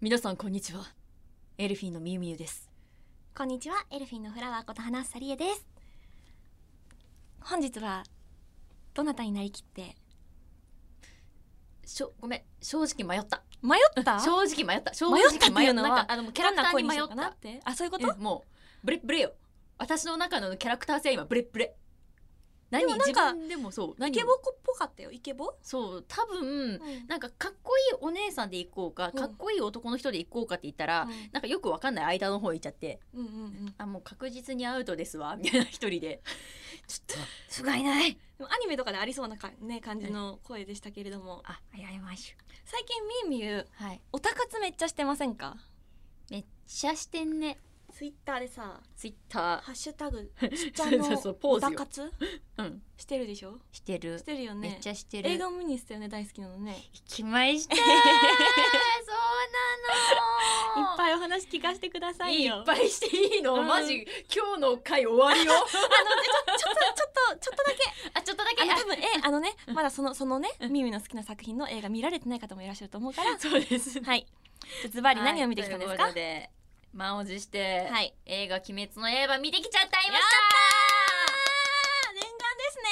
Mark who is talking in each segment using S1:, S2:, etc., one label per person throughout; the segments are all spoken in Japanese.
S1: 皆さんこんにちはエルフィンのみゆみゆです
S2: こんにちは、エルフィンのフラワーこと花さりえです。本日はどなたになりきって
S1: しょごめん正直迷った
S2: 迷った
S1: 正直迷った正直
S2: 迷ったっていうのは
S1: なんかあのキャラクターに迷
S2: どんな声にしよ
S1: っ
S2: うかな
S1: た
S2: って。あ、そういうこ
S1: え
S2: と？
S1: もうブレッブレよ私の中のキャラクター性は今ブレッブレ何
S2: でもなんか
S1: 自分でもそう何
S2: イケボっぽかったよ。イケボ？
S1: そう多分な
S2: な
S1: んかかっこいいお姉さんで行こうか
S2: ん
S1: かっこいい男の人で行こうかって言ったら、なんかよくわかんない間の方行っちゃって
S2: うんうんうん。
S1: あもう確実にアウトですわみたいな一人でちょっ
S2: すごいない。でもアニメとかでありそうなかね感じの声でしたけれども、
S1: とあやりましょ
S2: 最近みゆみゆ
S1: うはい
S2: オタ活めっちゃしてませんか？
S1: めっちゃしてんね
S2: ツイッターでさ、
S1: ツイッタ
S2: ハッシュタ グ
S1: ー
S2: ち ゃ
S1: そうそうそう
S2: の
S1: ポ
S2: オ
S1: ー
S2: タ
S1: ズよ、
S2: 活
S1: うん、
S2: してるでしょ？
S1: してる
S2: してるよね。
S1: めっちゃしてる
S2: 映画も見に行ってたよね大好きなのね。
S1: 行きましたー そう
S2: いっ
S1: なの
S2: ぱいお話聞かせてくださいよ。
S1: いっぱいしていいの、
S2: うん
S1: マジ今日の回終わりよ
S2: ちょっとちょっとちょっとだけ
S1: あちょっとだ
S2: あの多分えあのねまだそのそのねミミの好きな作品の映画見られてない方もいらっしゃると思うから
S1: そうです
S2: はいじゃあズバリ何を見てきたんですか
S1: はい、ということで満を持して、
S2: はい
S1: 映画鬼滅の刃見てきちゃったいまし
S2: あ念願ですね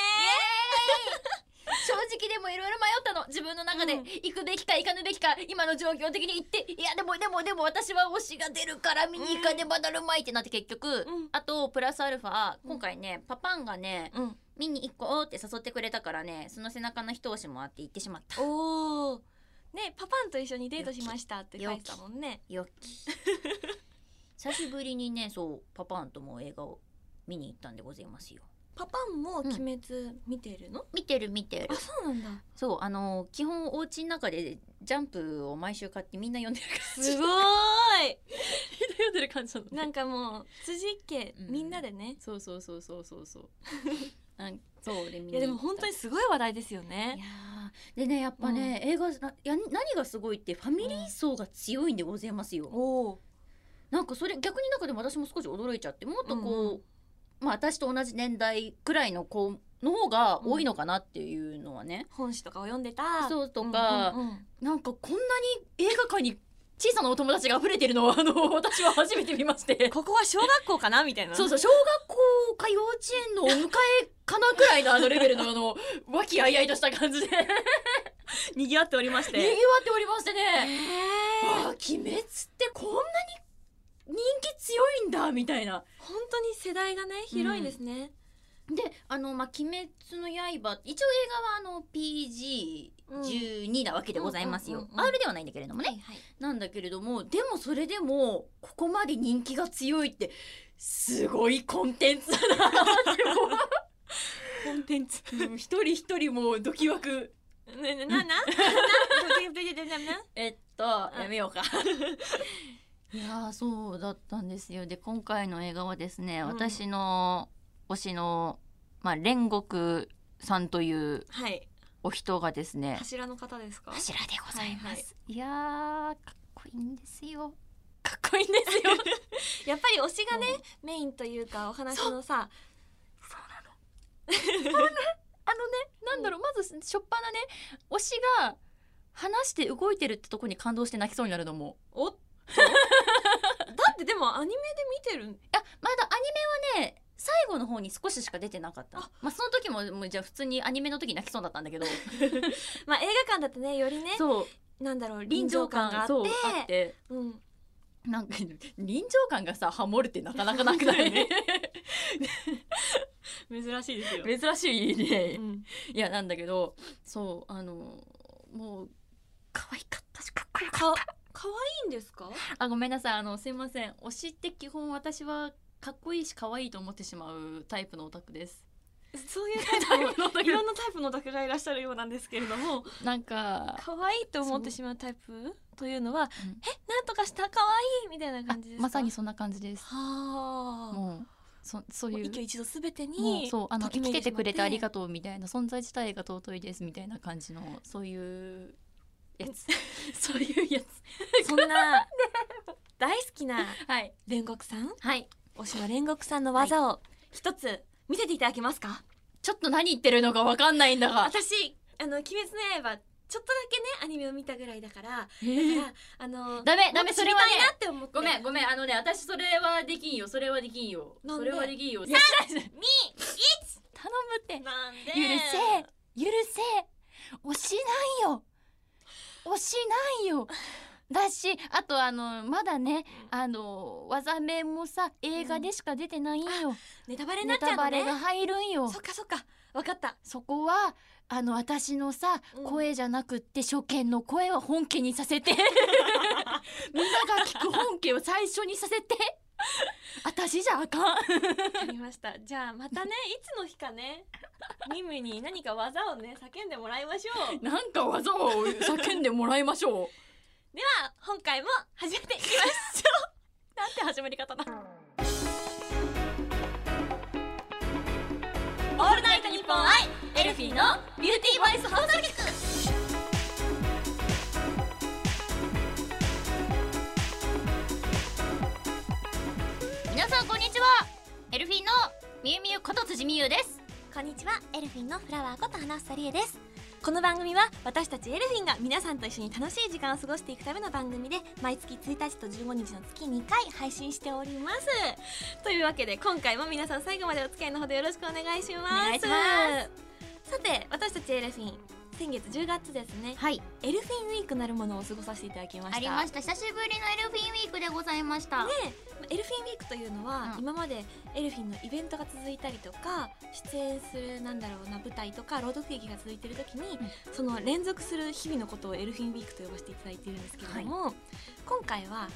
S1: た 正直でもいろいろ迷ったの自分の中で、
S2: うん
S1: 行くべきか行かぬべきか今の状況的に行っていやでもでもでも私は推しが出るから見に行かねばなるまいってなって結局、
S2: うん
S1: あとプラスアルファ
S2: うん
S1: 今回ね、パパンがね
S2: うん
S1: 見に行こうって誘ってくれたからねその背中の一押しもあって行ってしまった
S2: おおねパパンと一緒にデートしましたって書いてたもんね
S1: よ き久しぶりにねそうパパンとも映画を見に行ったんでございますよ
S2: パパンも
S1: ん
S2: 鬼滅見てるの、
S1: 見てる見てる
S2: あそうなんだ
S1: そうあの基本お家の中でジャンプを毎週買ってみんな読んでる感じ
S2: すごー
S1: みんな読んでる感じなの
S2: いなんかもう辻家
S1: うん
S2: みんなでね、
S1: そうそうそうそうそう そうなんそうでみん
S2: いやでも本当にすごい話題ですよ
S1: い
S2: ね
S1: やーでねやっぱね、映画なや何がすごいってファミリー層が強いんでございますよ、
S2: おお
S1: なんかそれ逆になんかでも私も少し驚いちゃってもっとこう、
S2: うんう
S1: まあ私と同じ年代くらいの子の方が多いのかなっていうのはね、
S2: 本誌とかを読んでた
S1: そうとか
S2: うんうんうん
S1: なんかこんなに映画館に小さなお友達が溢れてるのをあの私は初めて見まして
S2: ここは小学校かなみたいな
S1: そうそう小学校か幼稚園のお迎えかなくらいのあのレベル のあの和気あいあいとした感じ で
S2: にぎわっておりまし
S1: にぎわっておりまして
S2: え
S1: ね、ああ鬼滅ってこんなに人気強いんだみたいな
S2: 本当に世代がね広いですね、
S1: であの、まあ「鬼滅の刃」一応映画はあの PG12 なわけでございますよ、
S2: うんうんうんうん
S1: R ではないんだけれどもね、
S2: いはい
S1: なんだけれどもでもそれでもここまで人気が強いってすごいコンテンツだなって
S2: コンテンツ
S1: 思ううん一人一人もうドキワク
S2: ねねななな
S1: えっとやめようか いやーそうだったんですよで今回の映画はですね、
S2: うん
S1: 私の推しの、まあ、煉獄さんという
S2: はい
S1: お人がですね
S2: 柱の方ですか
S1: 柱でご、
S2: ざいます
S1: いやーかっこいいんですよかっこいいんですよ
S2: やっぱり推しがね、メインというかお話のさ
S1: あのねなんだろうまずしょっぱなね推しが話して動いてるってとこに感動して泣きそうになるのも
S2: おっとだってでもアニメで見てる
S1: あまだアニメはね最後の方に少ししか出てなかった
S2: あ
S1: まあその時ももうじゃあ普通にアニメの時泣きそうだったんだけど
S2: まあ映画館だとねよりね
S1: そう
S2: なんだろう臨場感があって
S1: そうあって
S2: うん
S1: なんか臨場感がさハモるってなかなかなくない
S2: 珍しいですよ
S1: 珍しいね、
S2: うん、
S1: いやなんだけどそうあのもう可愛かったしかっこよかっ
S2: か可愛いんですか
S1: たあごめんなさいあのすいません推しって基本私はかっこいいし可愛いと思ってしまうタイプのオタクです
S2: そういうタイプのいろんなタイプのオタクがいらっしゃるようなんですけれども
S1: なんか
S2: 可愛いと思ってしまうタイプというのは、
S1: うん
S2: えなんとかした可愛いみたいな 感じですか
S1: まさにそんな感じです
S2: はあも
S1: もうそそう
S2: う
S1: いう
S2: 一挙一動すべて
S1: も
S2: に
S1: うそうあの
S2: とき
S1: 生
S2: め
S1: き
S2: い
S1: ててくれてあり
S2: と
S1: がとうみたいな存在自体が尊いですみたいな感じのそういうや つそういうやつ
S2: う そんな大好きな
S1: はい
S2: 煉獄さん
S1: はい
S2: 推しの煉獄さんの技を一つ見せていただけますか、
S1: ちょっと何言ってるのかわかんないんだが
S2: 私あの鬼滅の刃ちょっとだけねアニメを見たぐらいだから、だか
S1: えー
S2: らあの
S1: ダメ
S2: も
S1: ダ
S2: っと
S1: メ
S2: 知
S1: そ
S2: り
S1: れ
S2: た
S1: はね
S2: いなって思って
S1: ごめんごめんあのね私それはできんよそれはできんよ
S2: なん
S1: そ
S2: で
S1: れはできんよ
S2: さ
S1: 頼む
S2: み
S1: って
S2: なんで
S1: 許せ許せ押しないよ押しないよだしあとあのまだねあの技面もさ映画でしか出てないんよ、
S2: ネタバレにな
S1: ネ
S2: っちゃ
S1: タ
S2: うの
S1: バレが
S2: ね
S1: 入るんよ
S2: そっかそっかわかった
S1: そこはあの私のさ、
S2: うん
S1: 声じゃなくって初見の声は本家にさ せてみんなが聞く本家を最初にさせて私じゃあかん
S2: わかりましたじゃあまた ねいつの日かねミムに何か技をね叫んでもらいまし ょう
S1: なんか技を叫んでもらいましょう
S2: では今回も始めていきましょ うなんて始まり方だオールナイトニッポンアイエルフィーのビューティーボイス放送局
S1: 皆さんこんにちはエルフィンのみゆみゆこと辻みゆです
S2: こんにちはエルフィンのフラワーこと花房理恵ですこの番組は私たちエルフィンが皆さんと一緒に楽しい時間を過ごしていくための番組で毎月1日と15日の月2回配信しておりますというわけで今回も皆さん最後までお付き合いのほどよろしくお願いします
S1: お願いしま
S2: さて私たちエルフィン先月10月ですね
S1: はい
S2: エルフィンウィークなるものを過ごさせていただきました
S1: ありました久しぶりのエルフィンウィークでございました、
S2: ねエルフィンウィークというのは、
S1: うん
S2: 今までエルフィンのイベントが続いたりとか出演するなんだろうな舞台とか朗読劇が続いている時に、その連続する日々のことをエルフィンウィークと呼ばせていただいているんですけれども、今回は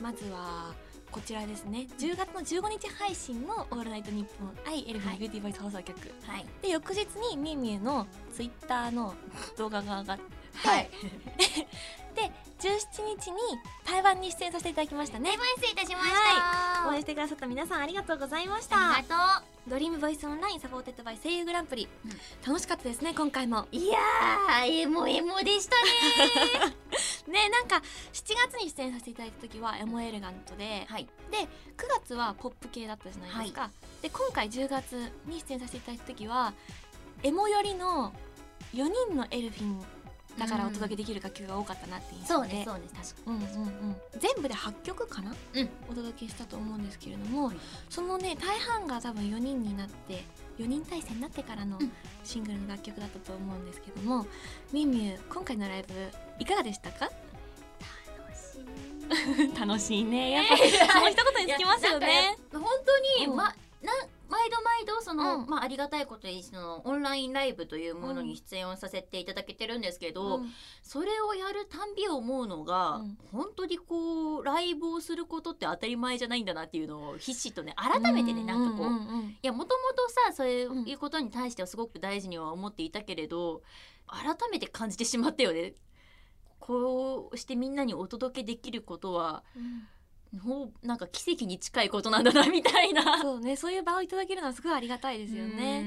S2: まずはこちらですね10月の15日配信の「オールナイトニッポン愛エルフィンビューティーボイス放送局」
S1: はい
S2: で翌日にみゆみゆのツイッターの動画が上がって
S1: はい
S2: 17日に台湾に出演させていただきましたね
S1: 失礼いたしました、
S2: 応援してくださった皆さんありがとうございました
S1: ありが
S2: ドリームボイスオンラインサポーテッドバイ声優グランプリ、
S1: うん
S2: 楽しかったですね今回も
S1: とういやーエモエモでしたね
S2: ねなんか7月に出演させていただいた時はエモエレガントで
S1: はい
S2: 9月はポップ系だったじゃないですか、で今回10月に出演させていただいた時はエモ寄りの4人のエルフィンだからお届けできる楽曲が多かったなって印
S1: そ
S2: 象
S1: う
S2: で
S1: ねそうです確か
S2: うんうんうん、全部で8曲かな、
S1: うん
S2: お届けしたと思うんですけれども、
S1: はい
S2: そのね大半が多分4人になって4人体制になってからの
S1: うん
S2: シングルの楽曲だったと思うんですけども、みみゆ今回のライブいかがでしたか楽しいね やっぱその一言につきますよね。
S1: 本当に、
S2: うん
S1: まな毎度毎度その、
S2: うん
S1: まあありがたいことにそのオンラインライブというものに出演をさせていただけてるんですけど、
S2: うん
S1: それをやるたんび思うのが、
S2: うん
S1: 本当にこうライブをすることって当たり前じゃないんだなっていうのをひしとね改めてねなんかこう。
S2: うんうん
S1: いやもともとさそういうことに対してはすごく大事には思っていたけれど改めて感じてしまったよね。こうしてみんなにお届けできることは
S2: うん
S1: ほうなんか奇跡に近いことなんだなみたいな。
S2: そうねそういう場をいただけるのはすごいありがたいで
S1: です
S2: よね。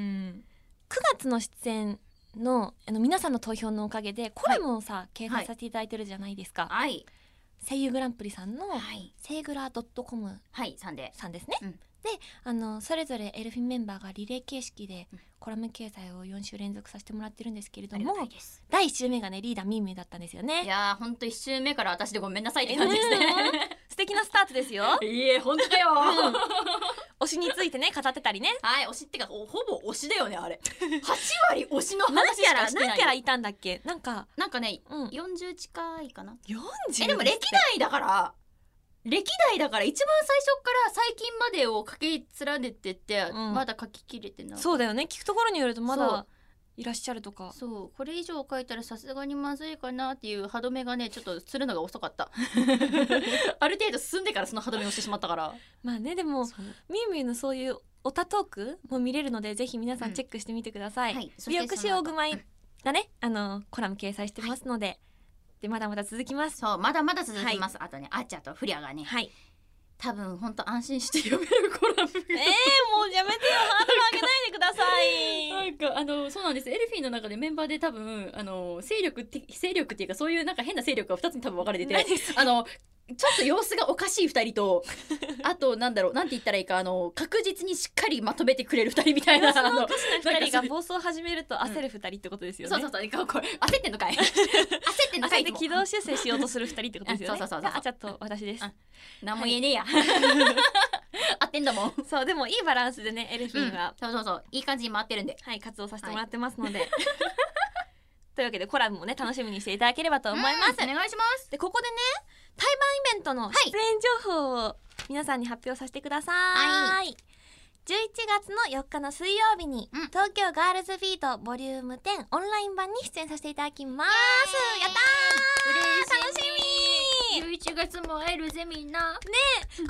S2: 9月の出演のあの皆さんの投票のおかげでコラムをさ、掲載させていただいてるじゃないですか、
S1: はい
S2: 声優グランプリさんの
S1: はい
S2: セーグラ .com
S1: はいさんで
S2: さんですね、
S1: うん
S2: であのそれぞれエルフィンメンバーがリレー形式で
S1: うん
S2: コラム掲載を4週連続させてもらってるんですけれ
S1: あ
S2: ど
S1: りが
S2: も
S1: たいです。
S2: 第1週目がねリーダーミーミーだったんですよ
S1: い
S2: ね
S1: やー本当一周目から私でごめんなさいって感じですね。
S2: 素敵なスタートです よ
S1: いえ本当だよ。
S2: うん推しについてね語ってたりね
S1: はい推しってかほほぼ推しだよねあれ。八割推しの
S2: 何
S1: 話
S2: キャ
S1: し
S2: ラ
S1: かしてない。
S2: 何キャラいたんだっけなんか
S1: なんかね
S2: うん
S1: 40近いかな。
S2: 40
S1: えでも歴代だから歴代だから一番最初から最近までを書き連ねてって、
S2: うん
S1: まだ書ききれてない。
S2: そうだよね聞くところによるとま
S1: そ
S2: だ
S1: う
S2: いらっしゃるとか
S1: そうこれ以上書いたらさすがにまずいかなっていう歯止めがねちょっとするのが遅か ったある程度進んでからその歯止めをしてしまったから
S2: まあねでもミーミーのそういうオタトークも見れるのでぜひ皆さんチェックしてみてください、
S1: はいそ
S2: 美容
S1: して
S2: 師
S1: その
S2: 大熊井がねあのコラム掲載してますので、でまだまだ続きます
S1: そうまだまだ続きます、あとねあっちゃんとフリアがね
S2: はい
S1: 多分本当安心して読めるコラ ム
S2: えー、もうやめてよハードル上げないでくだ
S1: な
S2: さい
S1: んかあのそうなんですエルフィンの中でメンバーで多分あの勢力って勢力っていうかそういうなんか変な勢力が二つに多分分かれてて
S2: 何それ
S1: あのちょっと様子がおかしい2人と あとなんだろうなんて言ったらいいかあの確実にしっかりまとめてくれる2人みたいな あの
S2: 二人が暴走を始めると焦る二人ってことですよね。
S1: そうそうそうここれ焦ってんの かい焦ってんのか
S2: 焦
S1: い
S2: って
S1: いつも
S2: 軌道修正しようとする二人ってことですよね。
S1: うんそうそうそうそう
S2: あ、ちょっと私です
S1: うん。何も言えねえや 合ってんだもん
S2: そう、でもいいバランスでね、エルフィンは、
S1: そうそうそういい感じに回ってるんで
S2: はい、活動させてもらってますの で。というわけで、コラムもね、楽しみにしていただければと思います。
S1: うんお願いします
S2: で、ここでね、対バンイベントの
S1: い
S2: 出演情報を皆さんに発表させてください。
S1: は
S2: 11月の4日の水曜日に、
S1: うん
S2: 東京ガールズビートボリューム10オンライン版に出演させていただきます。やったー
S1: 嬉
S2: 楽しみ
S1: しい11月も会えるぜみんな
S2: こちらのイベン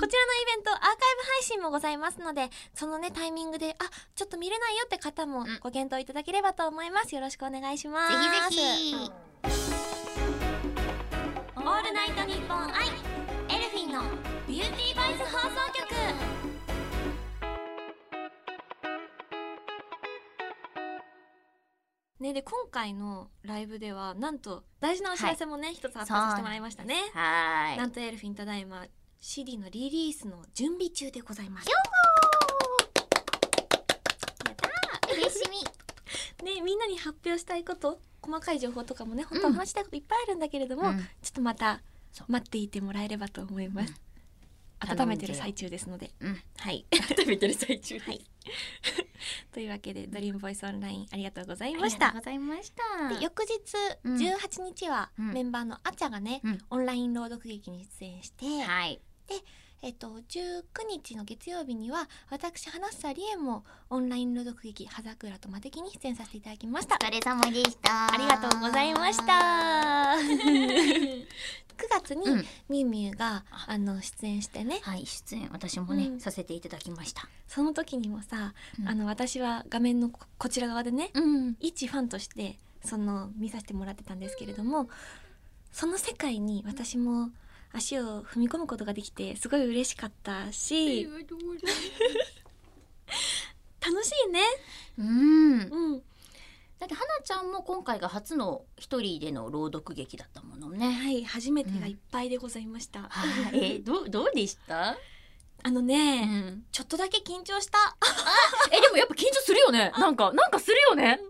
S2: トアーカイブ配信もございますのでそのねタイミングであちょっと見れないよって方も
S1: ん
S2: ご検討いただければと思いますよろしくお願いしま
S1: ぜひ
S2: す
S1: ぜひ
S2: オールナイトニッポンアイエルフィンのビューティーバイス放送局ねで今回のライブではなんと大事なお知らせもね一、つ発表させてもらいましたね
S1: はーい
S2: なんとエルフィンただいま CD のリリースの準備中でございます
S1: 嬉しみ
S2: ねみんなに発表したいこと細かい情報とかもね本当は話したいこといっぱいあるんだけれど も、
S1: うん
S2: ちょっとまた
S1: そう
S2: 待っていてもらえればと思います、
S1: うん
S2: 温めてる最中ですので、
S1: うん
S2: はい
S1: 食べてる最中
S2: はい というわけで「ドリームボイスオンラインありがとうござ
S1: あ
S2: い
S1: り
S2: ま
S1: が
S2: し
S1: とう
S2: た
S1: ございました
S2: で翌日
S1: うん
S2: 18日は
S1: うん
S2: メンバーのあちゃがね、
S1: うん
S2: オンライン朗読劇に出演して、
S1: はい
S2: えっと、19日の月曜日には私花房理恵もオンライン朗読劇「葉桜と魔敵」に出演させていただきました
S1: お 疲れ様でした
S2: ありがとうございま した9月に
S1: うん
S2: みゆみゆが、
S1: あ
S2: あの出演してね
S1: はい出演私もね、
S2: うん
S1: させていただきました
S2: その時にもさ、
S1: うん
S2: あの私は画面のここちら側でね
S1: うん
S2: 一ファンとしてその見させてもらってたんですけれどもその世界に私も足を踏み込むことができてすごい嬉しかったし楽しいね、
S1: うん
S2: うん、
S1: だって花ちゃんも今回が初の一人での朗読劇だったものね
S2: はい、初めてがいっぱいでございました。
S1: はい、え どうどうでした？
S2: あの
S1: う
S2: ね、
S1: ん、
S2: ちょっとだけ緊張した。
S1: えでもやっぱ緊張するよね。なんかなんかするよね。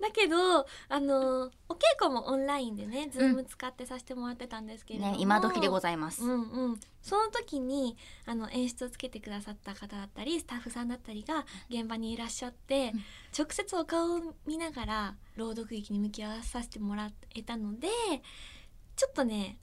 S2: だけど、あの、お稽古もオンラインでね、ズーム使ってさせてもらってたんですけれども。
S1: ね今時でご
S2: ざ
S1: ざ
S2: い
S1: います。
S2: うんうん、その時にあの演出をつけてくださった方だったりスタッフさんだったりが現場にいらっしゃって、
S1: うん
S2: 直接お顔を見ながら朗読劇に向き合わさせてもらえたのでちょっとね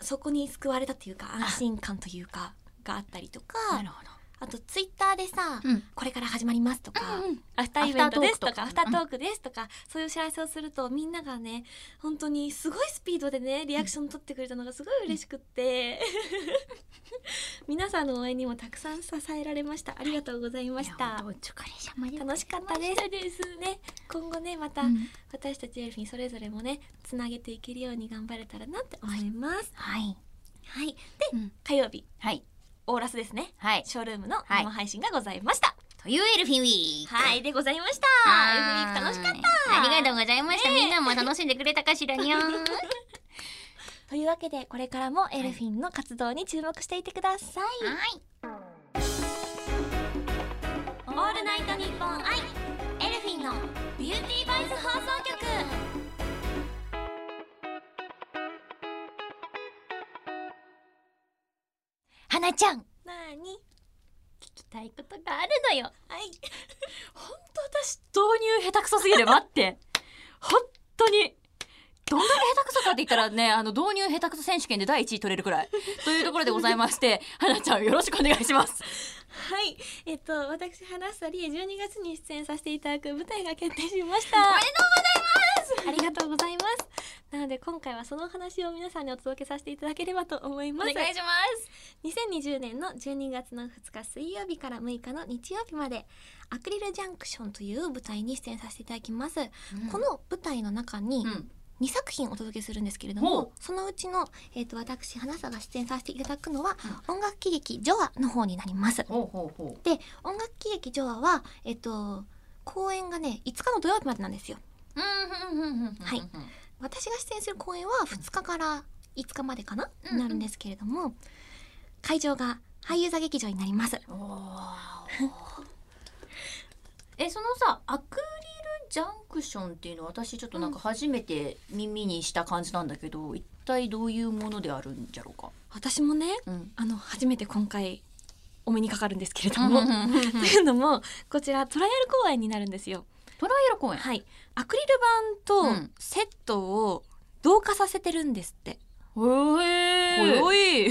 S2: そこに救われたというか安心感というかがあったりとか、
S1: なるほ
S2: あとツイッターでさ、
S1: ど。うん。
S2: これから始まりますとか、
S1: うん
S2: アフターイベントですとか、
S1: ア
S2: ア
S1: フ
S2: フ
S1: タ
S2: タ
S1: ー
S2: ー
S1: ト
S2: トークですとか、そういうお知らせをすると、みんながね、本当にすごいスピードでね、リアクション取ってくれたのがすごい嬉しくって。 皆さんの応援にもたくさん支えられました。ありがとうございまし
S1: いや
S2: た。
S1: お疲れ様で
S2: 楽しかったです。ね、今後ね、また、
S1: うん
S2: 私たちエルフィンそれぞれもね、つなげていけるように頑張れたらなって思います。
S1: はい。
S2: はい、で、
S1: うん
S2: 火曜日、
S1: はい
S2: オーラスですね。
S1: はい。
S2: ショールームの
S1: はい
S2: 生配信がございました。
S1: というエルフィンウィーク。
S2: はい、でございました。エルフィンウィーク楽しかった。
S1: たありがとうございました。みんなも楽しんでくれたかしらにゃん。
S2: というわけでこれからもエルフィンの活動に注目していてください、
S1: はい。
S2: オールナイトニッポンアイエルフィンのビューティーバイス放送局
S1: 花ちゃん、聞
S2: なーに
S1: きたいことがあるのよ。
S2: はい
S1: 本当私導入下手くそすぎる待 って本当にどんだけ下手くそかって言ったらねあの導入下手くそ選手権で第一位取れるくらいというところでございまして花ちゃんよろしくお願いします
S2: はいえっと私花さりえ12月に出演させていただく舞台が決定しましたおめでとうございますありがとうございますなので今回はそのお話を皆さんにお届けさせていただければと思います
S1: しま
S2: 2020年の12月の2日水曜日から6日の日曜日までアクリルジャンクションという舞台に出演させていただきます、
S1: す
S2: この舞台の中に
S1: うん
S2: 2作品お届けするんですけれど
S1: ほう
S2: もそのうちの、えー、と私花さが出演させていただくのは音楽喜劇ジョアの方になります
S1: ほうほうほ
S2: で音楽喜劇ジョアはえっ、と公演がね5日の土曜日までなんですよ
S1: ううんうんうんうんうん
S2: はい私が出演する公演は2日から5日までかな、
S1: うんうん
S2: なるんですけれども会場が俳優座劇場になります
S1: おーえそのさアクリルジャンクションっていうのは私ちょっとなんか初めて耳にした感じなんだけど、一体どういうものであるんじゃろうか。
S2: 私もね
S1: うん。
S2: あの初めて今回お目にかかるんですけれど
S1: トライ
S2: も、
S1: ア
S2: というのもこちらトライアル公演になるんですよ
S1: ル公演。
S2: はいアクリル
S1: う
S2: 板と
S1: ん
S2: セットを同化させてるんですって、
S1: おえ
S2: おい
S1: い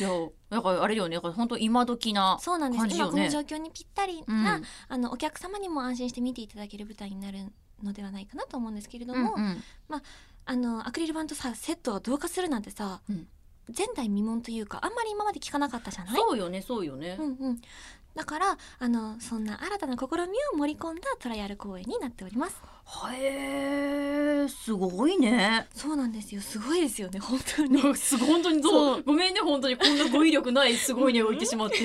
S1: や、なんかあれだよね、なんか本当今時な。
S2: そうなんです、
S1: 感じよ
S2: 今
S1: ね
S2: この状況にぴったり
S1: うん
S2: な、あのお客様にも安心して見ていただける舞台になるのではないかなと思うんですけれども、
S1: うんうん
S2: あのアクリル板とさセットを同化するなんてさ、
S1: うん
S2: 前代未聞というかあんまり今まで聞かなかったじゃない
S1: そうよね、そうよね
S2: う。んうん、だからあのそんな新たな試みを盛り込んだトライアル公演になっております
S1: はえー、すごいね。
S2: そうなんですよすごいですよね本当に
S1: すごい本当に
S2: そう
S1: ごめんね本当にこんな語彙力ないすごいね置いてしまって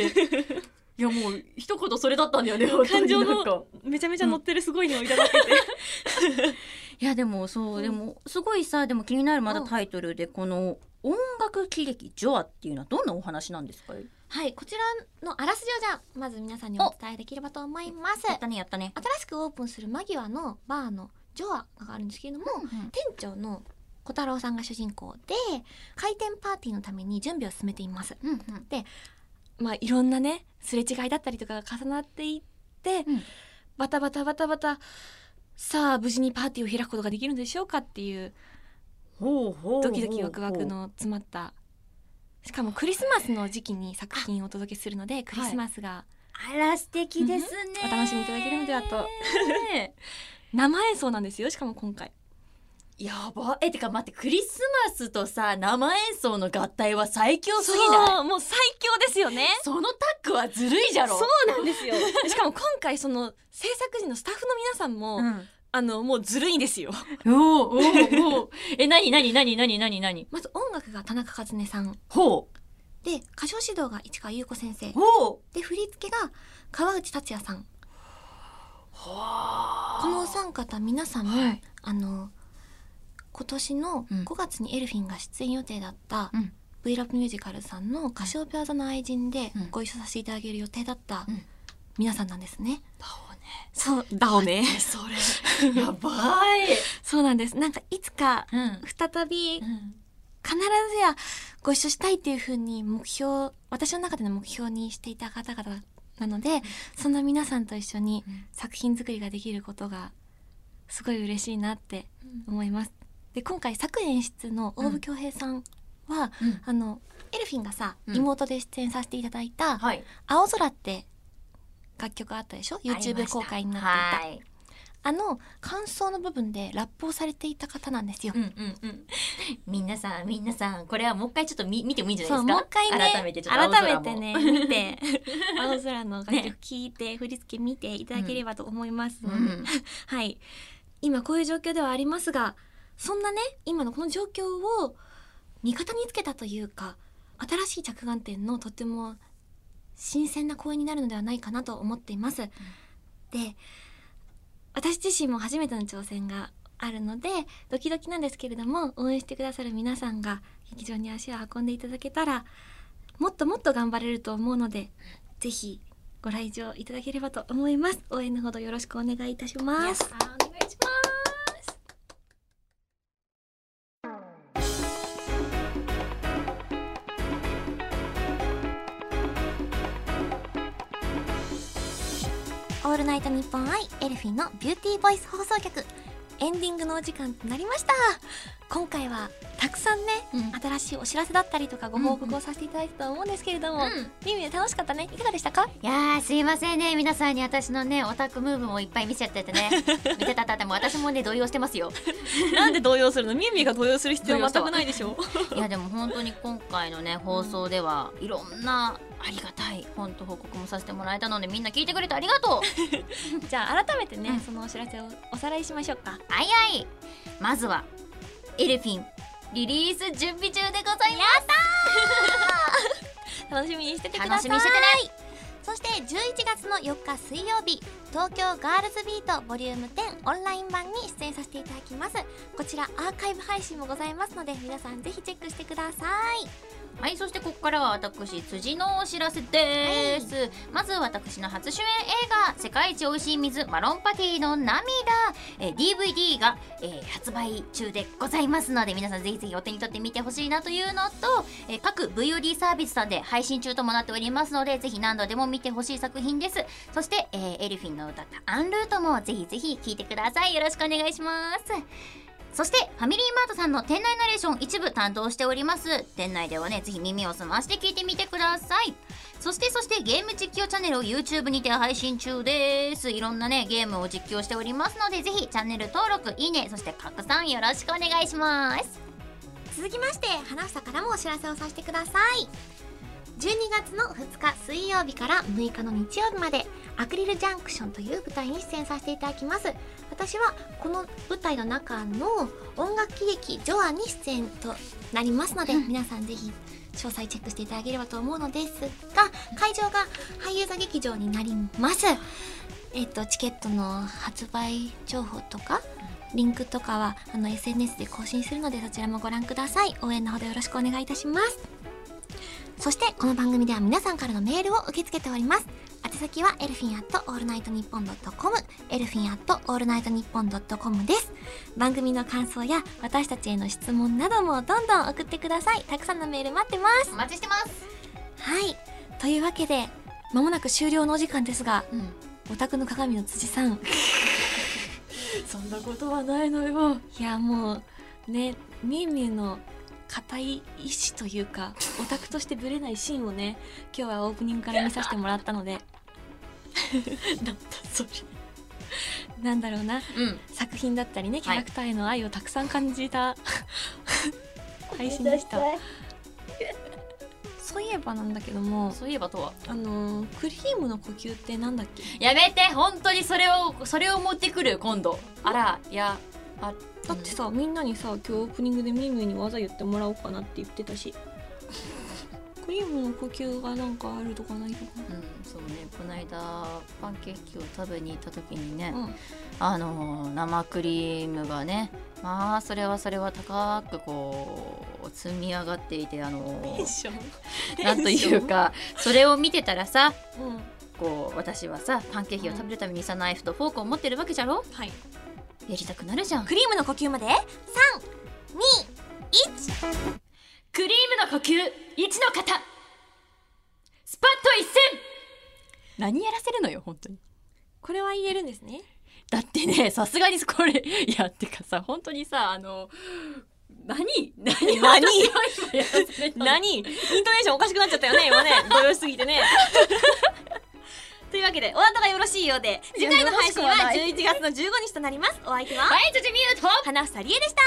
S1: いやもう一言それだったんだよ ね
S2: 感情の
S1: 本当になんか
S2: めちゃめちゃ乗ってるすごいのをいただいて、
S1: いやでもそう、
S2: うん
S1: でもすごいさでも気になるまだ
S2: うん
S1: タイトルでこの音楽喜劇ジョアっていうのはどんなお話なんですか
S2: はいこちらのあらすじをじゃあまず皆さんにお伝えできればと思います
S1: やったねやったね
S2: 新しくオープンする間際のバーのジョアがあるんですけれども、店長の小太郎さんが主人公で開店パーティーのために準備を進めています
S1: うんうん
S2: まあいろんなねすれ違いだったりとかが重なっていって、
S1: うん
S2: バタバタバタバタさあ無事にパーティーを開くことができるのでしょうかっていう
S1: ほうほう
S2: ドキドキワクワクの詰まったしかもクリスマスの時期に作品をお届けするのでクリスマスが
S1: あら素敵ですね、
S2: うんお楽しみいただけるのではと生演奏なんですよしかも今回
S1: やばえてか待ってクリスマスとさ生演奏の合体は最強すぎない
S2: そうもう最強ですよね
S1: そのタッグはずるいじゃろ
S2: そうなんですよしかも今回その制作陣のスタッフの皆さんも、
S1: うん
S2: あのもうずるいんですよ
S1: おおおおおえ何何何何何何
S2: まず音楽が田中和音さん
S1: ほう
S2: で歌唱指導が市川優子先生
S1: ほう
S2: で振り付けが川内達也さんこ
S1: こ
S2: のお三方皆さん、
S1: はい
S2: あの今年の
S1: うん
S2: 5月にエルフィンが出演予定だった
S1: うん
S2: V ラップミュージカルさんの「カシオペア座の愛人」で
S1: うん
S2: ご一緒させていただける予定だった
S1: うん
S2: 皆さんなんですね。
S1: だわね
S2: そうだよね。
S1: それやばい
S2: そうなんです。なんかいつか
S1: うん
S2: 再び必ずやご一緒したいっていう風に目標私の中での目標にしていた方々なのでそんな皆さんと一緒に
S1: うん
S2: 作品作りができることがすごい嬉しいなって思います。で今回作演出の大部恭平さんは、
S1: うん
S2: あのエルフィンがさ、
S1: うん
S2: 妹で出演させていただいた
S1: はい
S2: 「青空」って楽曲あったでしょ YouTube 公開になってい
S1: て
S2: た
S1: い
S2: あの感想の部分でラップをされていた方なんですよ。
S1: うんうんうん皆さん皆さんこれはもう一回ちょっと見見てもいいんじゃない
S2: そう
S1: ですか
S2: もう一回ね
S1: 改めてちょっと青空も
S2: 改めてね見て青空の楽曲聞いて、振り付け見ていただければと思います
S1: う
S2: ので、
S1: ん
S2: はい今こういう状況ではありますがそんなね今のこの状況を味方につけたというか新しい着眼点のとても新鮮な公演になるのではないかなと思っています。で私自身も初めての挑戦があるのでドキドキなんですけれども応援してくださる皆さんが劇場に足を運んでいただけたらもっともっと頑張れると思うのでぜひご来場いただければと思います応援のほどよろしくお願いいたし
S1: 皆
S2: ます
S1: さんお願いします
S2: オールナイトニッポンアイエルフィンのビューティーボイス放送局エンディングのお時間となりました今回はたくさんね
S1: うん
S2: 新しいお知らせだったりとかご報告をさせていただいたと思うんですけれども、ミミネ楽しかったねいかがでしたか
S1: いやーすいませんね皆さんに私のねオタクムーブもいっぱい見せちゃってて ね見てたたってもう私もね動揺してます よ
S2: なんで動揺するのミミが動揺する必
S1: 要全くない
S2: でしょ
S1: いやでも本当に今回のね放送ではいろんなありがたい本当報告もさせてもらえたのでみんな聞いてくれてありがと う
S2: じゃあ改めてね、
S1: うん
S2: そのお知らせをおさらいしましょうか
S1: はいはいまずはエルフィンリリース準備中でございま
S2: 楽しみにしてて
S1: す
S2: くださ
S1: 楽し
S2: い
S1: みにしててね
S2: そして11月の4日水曜日東京ガールズビートボリューム10オンライン版に出演させていただきますこちらアーカイブ配信もございますので皆さんぜひチェックしてください
S1: はい、そしてここからは私、辻のお知らせです。まず私の初主演映画、世界一美味しい水、マロンパティの涙、えー DVD が、えー発売中でございますので、皆さんぜひぜひお手に取ってみてほしいなというのと、えー各 VOD サービスさんで配信中ともなっておりますので、ぜひ何度でも見てほしい作品です。そして、えーエルフィンの歌ったアンルートもぜひぜひ聴いてください。よろしくお願いします。そしてファミリーマートさんの店内ナレーション一部担当しております店内ではねぜひ耳を澄まして聞いてみてくださいそしてそしてゲーム実況チャンネルを YouTube にて配信中ですいろんなねゲームを実況しておりますのでぜひチャンネル登録いいねそして拡散よろしくお願いします
S2: 続きまして花房からもお知らせをさせてください12月の2日水曜日から6日の日曜日までアクリルジャンクションという舞台に出演させていただきます私はこの舞台の中の音楽喜劇ジョアに出演となりますので皆さんぜひ詳細チェックしていただければと思うのですが会場が俳優座劇場になりますえっとチケットの発売情報とかリンクとかはあの SNS で更新するのでそちらもご覧ください応援のほどよろしくお願いいたしますそしてこの番組では皆さんからのメールを受け付けております宛先はエルフィンアットオールナイトニッポンドットコムエルフィンアットオールナイトニッポンドットコムです番組の感想や私たちへの質問などもどんどん送ってくださいたくさんのメール待ってます
S1: お待ちしてます
S2: はいというわけでまもなく終了のお時間ですがお宅の鏡の辻さん
S3: そんなことはないのよ
S2: いやもうねみーみーの固い意志というかオタクとしてぶれないシーンをね今日はオープニングから見させてもらっ たの
S3: な
S2: で
S3: んだそれ
S2: なんだろうな
S1: うん
S2: 作品だったりねキャ
S1: はい
S2: ラクターへの愛をたくさん感 じた配信でした。そういえばなんだけども
S1: そういえばとは
S2: あのークリームの呼吸ってなんだっけ
S1: やめて本当にそれをそれを持ってくる今度あらいやあ
S2: だってさみんなにさ今日オープニングでみーみーに技言ってもらおうかなって言って たしクリームの呼吸がなんかあるとかないとか
S1: うんそうねこの間パンケーキを食べに行った時にね、
S2: うん
S1: あの生クリームがねまあそれはそれは高くこう積み上がっていてあ の
S3: ション
S1: なんというかそれを見てたらさ
S2: うん
S1: こう私はさパンケーキを食べるためにさ、ナイフとフォークを持ってるわけじゃろ
S3: はい
S1: やりたくなるじゃん
S2: クリームの呼吸まで
S1: クリームの呼吸1の型スパッと一閃何やらせるのよ本当に
S2: これは言えるんですね
S1: だってねさすがにこれいやってかさ本当にさあの何何
S2: 何
S1: 私は今やらせてたの
S2: 何イントネーションおかしくなっちゃったよね今 ね動揺しすぎてねというわけでお後がよろしいようで次回の配信は11月の15日となりますお相手は
S1: はい、辻美優と
S2: 花房理恵でした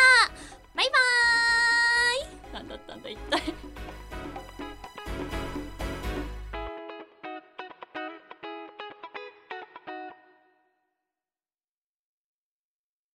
S2: バイバー
S1: 何
S2: イ
S1: だったんだ一体